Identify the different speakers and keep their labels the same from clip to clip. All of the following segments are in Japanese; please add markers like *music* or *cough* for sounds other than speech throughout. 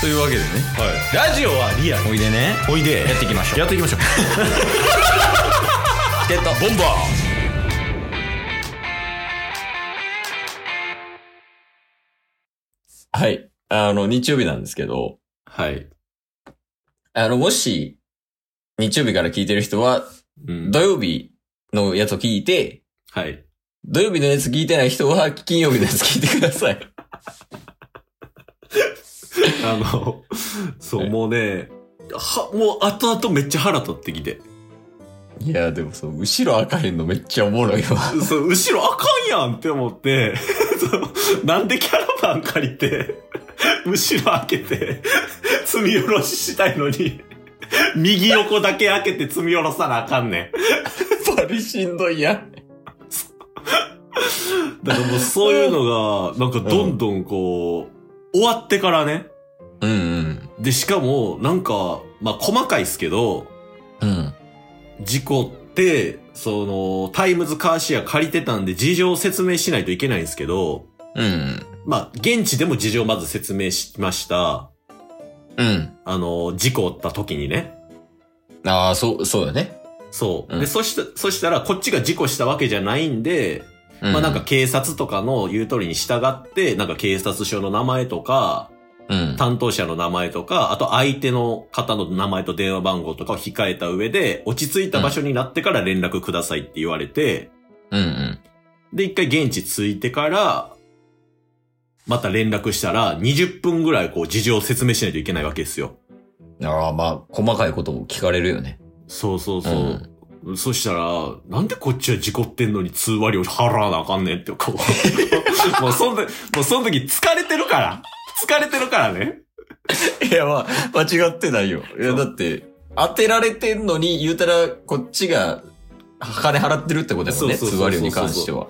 Speaker 1: というわけでね
Speaker 2: ラジオはリアル
Speaker 1: おいでね
Speaker 2: おいで
Speaker 1: やっていきましょう
Speaker 2: やっていきましょう
Speaker 1: チケットボンバーはい。あの、日曜日なんですけど、
Speaker 2: はい、
Speaker 1: あの、もし、日曜日から聞いてる人は、
Speaker 2: うん
Speaker 1: 土曜日のやつを聞いて、
Speaker 2: はい
Speaker 1: 土曜日のやつ聞いてない人は、金曜日のやつ聞いてください。
Speaker 2: あの *laughs* そ
Speaker 1: は
Speaker 2: う
Speaker 1: い
Speaker 2: もうねはもう後々めっちゃ腹立ってきて
Speaker 1: *laughs* いや、でもその、後ろ開かへんのめっちゃおもろいわ。
Speaker 2: そう後ろあかんやんって思って *laughs* そうなんでキャラバン借りて後ろ開けて積み下ろししたいのに右横だけ開けて積み下ろさなあかんね
Speaker 1: *laughs*
Speaker 2: ん
Speaker 1: バリしんどいやん。
Speaker 2: だからもうそういうのが、なんかどんどんこう、終わってからね。
Speaker 1: うんうん。
Speaker 2: で、しかも、なんか、まあ細かいっすけど、
Speaker 1: うん。
Speaker 2: 事故って、その、タイムズカーシェア借りてたんで事情を説明しないといけないんですけど、
Speaker 1: うん。
Speaker 2: まあ、現地でも事情をまず説明しました。
Speaker 1: うん。
Speaker 2: あの、事故った時にね。
Speaker 1: ああ、そう、そうだね。
Speaker 2: そう。
Speaker 1: う
Speaker 2: で、
Speaker 1: ん
Speaker 2: そした、そしたら、こっちが事故したわけじゃないんで、
Speaker 1: う
Speaker 2: まあなんか、警察とかの言う通りに従って、なんか警察署の名前とか、
Speaker 1: うん。
Speaker 2: 担当者の名前とか、あと相手の方の名前と電話番号とかを控えた上で、落ち着いた場所になってから連絡くださいって言われて、
Speaker 1: うんうん。
Speaker 2: で、一回現地着いてから、また連絡したら、20分ぐらいこう事情を説明しないといけないわけですよ。
Speaker 1: ああ、まあ、細かいことも聞かれるよね。
Speaker 2: そうそうそう。そしたら、なんでこっちは事故ってんのに通話料払わなあかんねんって、こう。 *laughs* もうそんな、もうその時疲れてるから。疲れてるからね。
Speaker 1: いや、まあ、間違ってないよ。いや、だって、当てられてんのに、言うたら、こっちが、金払ってるってことだもんね、
Speaker 2: そう
Speaker 1: 通
Speaker 2: そ
Speaker 1: 話
Speaker 2: うそうそう
Speaker 1: 料に関して
Speaker 2: *laughs*
Speaker 1: は。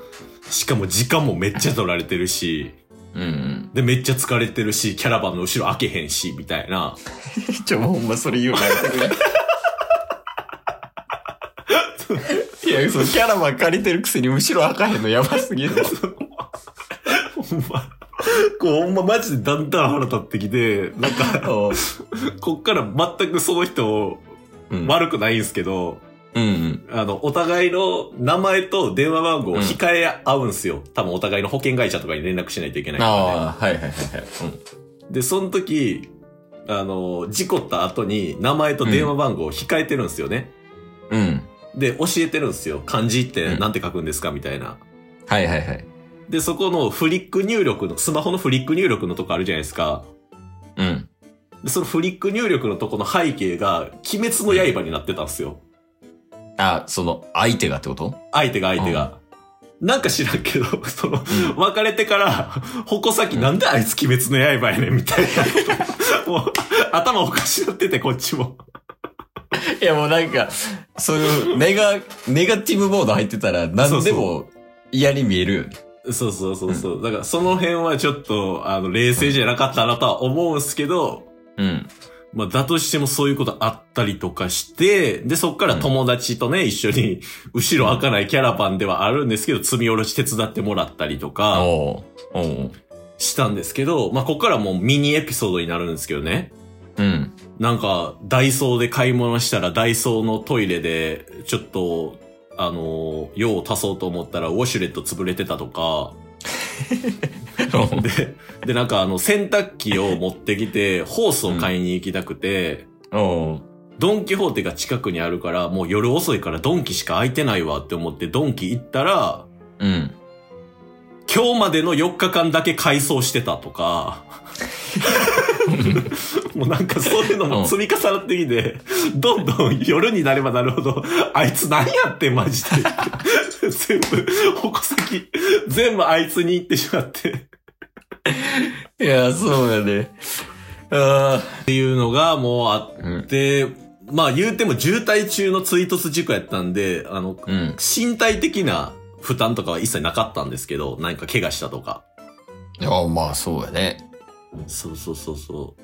Speaker 2: しかも時間もめっちゃ取られてるし。
Speaker 1: うんうん。
Speaker 2: で、めっちゃ疲れてるし、キャラバンの後ろ開けへんし、みたいな。 *laughs*
Speaker 1: ちょ、もうほんまそれ言うのやめてく *laughs* れ。いや、そう、キャラマン借りてるくせに後ろ開かへんのやばすぎるわ。
Speaker 2: ほんま、こうほんまマジでだんだん腹立ってきて、なんか、 *laughs* こっから全くその人、
Speaker 1: うん
Speaker 2: 悪くないんすけど、
Speaker 1: うんうん。
Speaker 2: あの、お互いの名前と電話番号を控え合うんすよ。多分お互いの保険会社とかに連絡しないといけないから、ね。
Speaker 1: ああ、はいはいはいはい。
Speaker 2: で、その時、あの、事故った後に名前と電話番号を控えてるんすよね。
Speaker 1: うん。うん。
Speaker 2: で、教えてるんすよ。漢字ってなんて書くんですかみたいな。
Speaker 1: はいはいはい。
Speaker 2: で、そこのフリック入力の、スマホのフリック入力のとこあるじゃないですか。
Speaker 1: うん。
Speaker 2: で、そのフリック入力のとこの背景が、鬼滅の刃になってたんですよ。
Speaker 1: あ、その、相手がってこと
Speaker 2: 相手が相手が。なんか知らんけど、 *laughs* その、
Speaker 1: う
Speaker 2: 別れてから、矛先なんであいつ鬼滅の刃やねんみたい *laughs* な。もう、頭おかしなってて、こっちも。
Speaker 1: いやもうなんか、そういうネガ、ネガティブモード入ってたら何でも嫌に見えるよね。
Speaker 2: そうそうそうそう。だから、その辺はちょっと、あの、冷静じゃなかったなとは思うんすけど、
Speaker 1: うん。
Speaker 2: まあ、だとしてもそういうことあったりとかして、で、そっから友達とね、一緒に、後ろ開かないキャラバンではあるんですけど、積み下ろし手伝ってもらったりとか、
Speaker 1: おうおう
Speaker 2: したんですけど、まあ、ここからもうミニエピソードになるんですけどね。
Speaker 1: *laughs* うん。
Speaker 2: なんか、ダイソーで買い物したら、ダイソーのトイレで、ちょっと、あの、用を足そうと思ったら、ウォシュレット潰れてたとか、で、で、なんかあの、洗濯機を持ってきて、ホースを買いに行きたくて、
Speaker 1: おう
Speaker 2: ドン・キホーテが近くにあるから、もう夜遅いからドンキしか開いてないわって思ってドンキ行ったら、
Speaker 1: うん。
Speaker 2: 今日までの4日間だけ改装してたと *laughs* か、もうなんかそういうのも積み重なってきて、どんどん夜になればなるほど、あいつ何やってんマジで。全部、矛先、全部あいつに行ってしまって。
Speaker 1: いや、そうやね。あ
Speaker 2: っていうのがもうあ
Speaker 1: あ。うん。
Speaker 2: って、まあ言うても渋滞中の追突事故やったんで、あの、
Speaker 1: うん。
Speaker 2: 身体的な負担とかは一切なかったんですけど、何か怪我したとか。
Speaker 1: いや、まあそうやね。
Speaker 2: そうそうそうそ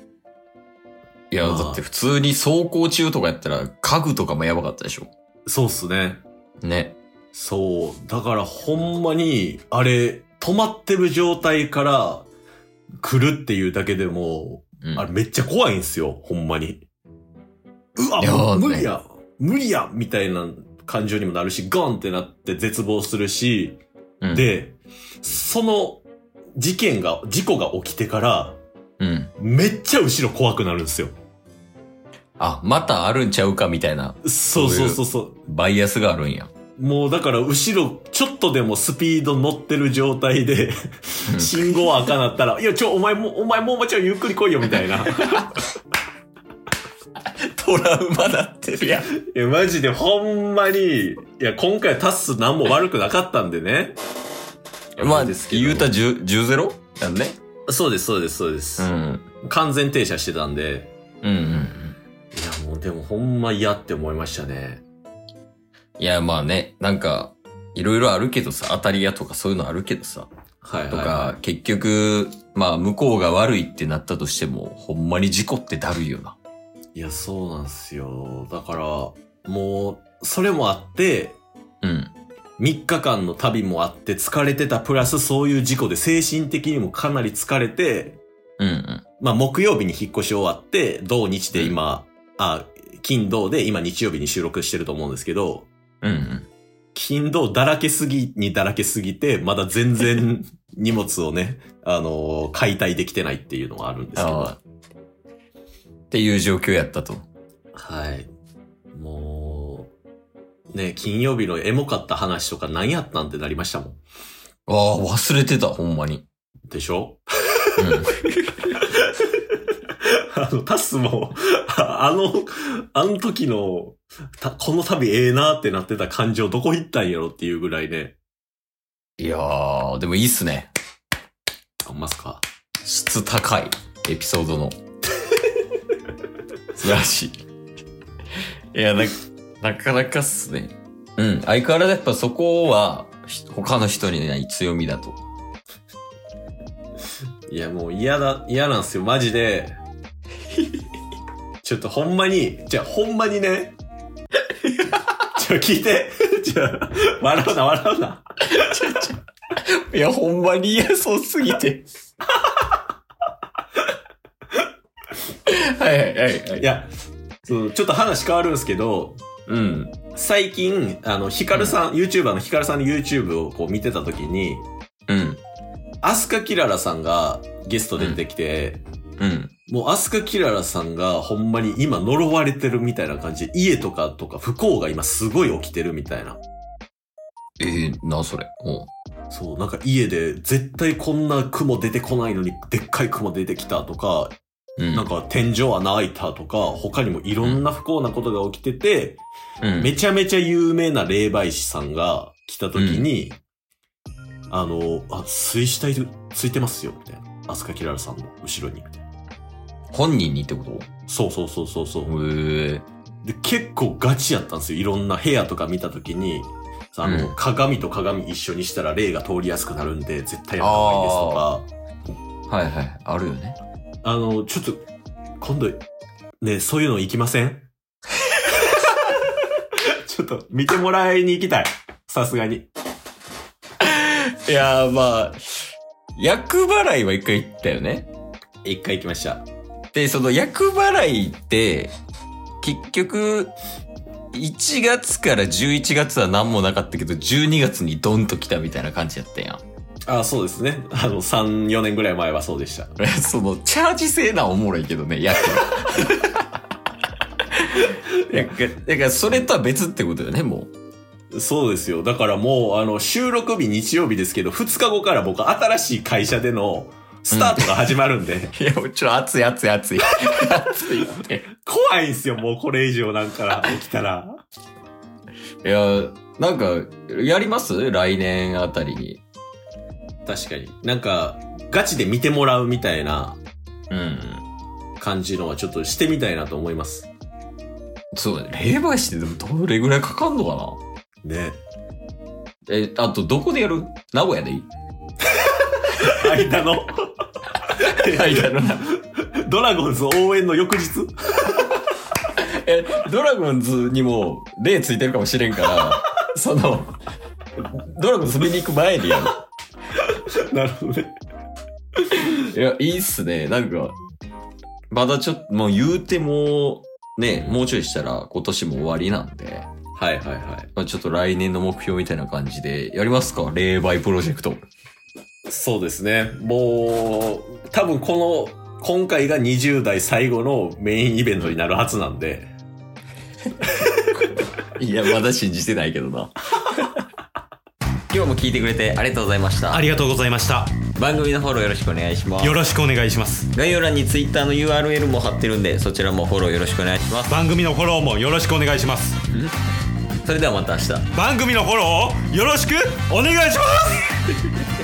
Speaker 1: いや、だって普通に走行中とかやったら家具とかもやばかったでしょ。
Speaker 2: う。そうっすね。
Speaker 1: ね。
Speaker 2: そう。だからほんまに、あれ、止まってる状態から来るっていうだけでも、
Speaker 1: うん
Speaker 2: あれめっちゃ怖いんすよ、ほんまに。う
Speaker 1: いやー
Speaker 2: わ、無理や、無理や、みたいな感情にもなるし、ゴンってなって絶望するし、
Speaker 1: うん、
Speaker 2: で、その事件が、事故が起きてから、
Speaker 1: うん。
Speaker 2: めっちゃ後ろ怖くなるんですよ。
Speaker 1: あ、またあるんちゃうかみたいな、
Speaker 2: そうそうそうそう。
Speaker 1: バイアスがあるんや。
Speaker 2: もうだから後ろ、ちょっとでもスピード乗ってる状態で、信号赤なったら、いや、ちょ、お前も、お前もうもちろんゆっくり来いよ、みた *laughs* いな。い
Speaker 1: トラウマなってるやん。
Speaker 2: や、マジでほんまに、いや、今回タッス何も悪くなかったんでね。
Speaker 1: まあ、
Speaker 2: いいですけど
Speaker 1: 言うた 10, 10ゼロやんね。
Speaker 2: そうです、そうです、そうです。
Speaker 1: ん。
Speaker 2: 完全停車してたんで。
Speaker 1: うんうんうん。
Speaker 2: いや、もうでもほんま嫌って思いましたね。
Speaker 1: いや、まあね、なんか、いろいろあるけどさ、当たり屋とかそういうのあるけどさ、
Speaker 2: はい、はい。
Speaker 1: とか、結局、まあ、向こうが悪いってなったとしても、ほんまに事故ってだるいよな。
Speaker 2: いや、そうなんですよ。だから、もう、それもあって、
Speaker 1: うん。
Speaker 2: 3日間の旅もあって疲れてたプラスそういう事故で精神的にもかなり疲れて、
Speaker 1: うんうん。
Speaker 2: まあ木曜日に引っ越し終わって、土日で今、あ、金土で今日曜日に収録してると思うんですけど、
Speaker 1: うんうん。
Speaker 2: 金土だらけすぎにだらけすぎて、まだ全然荷物をね、あのー解体できてないっていうのがあるんですけ
Speaker 1: ああっ
Speaker 2: ど。
Speaker 1: ていう状況やったと。
Speaker 2: はい。もう、ね、金曜日のエモかった話とか何やったんってなりましたもん。
Speaker 1: ああ、忘れてた、ほんまに。
Speaker 2: でしょ
Speaker 1: うん。
Speaker 2: あの、タスも、 *laughs* ああの、あの時の、たこの旅ええなってなってた感情どこ行ったんやろっていうぐらいね。
Speaker 1: *laughs* いやー、でもいいっすね。
Speaker 2: あんますか。
Speaker 1: 質高いエピソードの。 *laughs* 素晴らしい。いや、な、なかなかっすね。うん。相変わらずやっぱそこは、ひ他の人にない強みだと。
Speaker 2: いや、もう嫌だ、嫌なんすよ、マジで。 *laughs* ちょっとほんまに、じゃあほんまにね。 *laughs* ちょ、聞いて。じゃあ、笑うな、笑うな。
Speaker 1: *laughs* いや、ほんまに嫌そうすぎて。 *laughs* はいはいはいはいい。
Speaker 2: や、そうちょっと話変わるんですけど、
Speaker 1: うん。
Speaker 2: 最近、あの、ヒカルさん、YouTuber のヒカルさんの YouTube をこう見てた時に、
Speaker 1: うん。
Speaker 2: アスカキララさんがゲスト出てきて、
Speaker 1: うん。
Speaker 2: もうアスカキララさんがほんまに今呪われてるみたいな感じで、家とかとか不幸が今すごい起きてるみたいな。
Speaker 1: えー、な、それ。おう
Speaker 2: そう、なんか家で絶対こんな雲出てこないのにでっかい雲出てきたとか、
Speaker 1: うん。
Speaker 2: なんか天井穴開いたとか、他にもいろんな不幸なことが起きてて、
Speaker 1: うん、
Speaker 2: めちゃめちゃ有名な霊媒師さんが来た時に、あの、あ、水死体ついてますよ、みたいな。アスカキララさんの後ろに、みたいな。
Speaker 1: 本人にってこと
Speaker 2: そうそうそうそうそう。
Speaker 1: へえ。
Speaker 2: で、結構ガチやったんですよ。いろんな部屋とか見たときに、さあの、
Speaker 1: うん
Speaker 2: 鏡と鏡一緒にしたら霊が通りやすくなるんで、絶対やった方がいいです
Speaker 1: はいはい。あるよね。
Speaker 2: とか、あの、ちょっと、今度、ね、そういうの行きませ *laughs* んちょっと、見てもらいに行きたい。さすがに。
Speaker 1: いやーまあ、役払いは一回行ったよね。
Speaker 2: 一回行きました。
Speaker 1: で、その役払いって、結局、1月から11月は何もなかったけど、12月にドンと来たみたいな感じやったや
Speaker 2: あ、そうですね。あの、3、4年ぐらい前はそうでした。
Speaker 1: ん。 *laughs* その、チャージ制なんおもろいけどね、役は。 *laughs* だから、だからそれとは別ってことよね、もう。
Speaker 2: そうですよ。だからもう、あの、収録日日曜日ですけど、2日後から僕、新しい会社での、スタートが始まるんで、 *laughs*
Speaker 1: いや、もうちょっと熱い熱い熱い。熱いって。
Speaker 2: 怖いんすよ、もうこれ以上なんか起きたら。
Speaker 1: いや、なんか、やります来年あたりに。
Speaker 2: 確かに。なんか、ガチで見てもらうみたいな
Speaker 1: うん。
Speaker 2: 感じのはちょっとしてみたいなと思います。
Speaker 1: そうだね。霊媒師ってでもどれぐらいかかんのか
Speaker 2: ね。
Speaker 1: なえ、あとどこでやる名古屋でいい
Speaker 2: 間 *laughs* の、
Speaker 1: はい、やるな。
Speaker 2: ドラゴンズ応援の翌日 *laughs*
Speaker 1: え、ドラゴンズにも霊ついてるかもしれんから、 *laughs* その、ドラゴンズ見に行く前にや
Speaker 2: なるほどね。
Speaker 1: る。いや、いいっすね。なんか、まだちょっと、もう言うても、ね、もうちょいしたら今年も終わりなんで、
Speaker 2: はいはいは
Speaker 1: まあ、ちょっと来年の目標みたいな感じで、やりますか霊媒プロジェクト。
Speaker 2: い。そうですね。もう、多分この、今回が20代最後のメインイベントになるはずなんで。
Speaker 1: いや、まだ信じてないけどな。 *laughs* 今日も聞いてくれてありがとうございました
Speaker 3: あ。りがとうございました
Speaker 1: 番組のフォローよろしくお願いします
Speaker 3: よ。ろしくお願いします
Speaker 1: 概要欄に Twitter の URL も貼ってるんで、そちらもフォローよろしくお願いします。
Speaker 3: 番組のフォローもよろしくお願いします
Speaker 1: それではまた明日。
Speaker 3: 番組のフォローをよろしくお願いします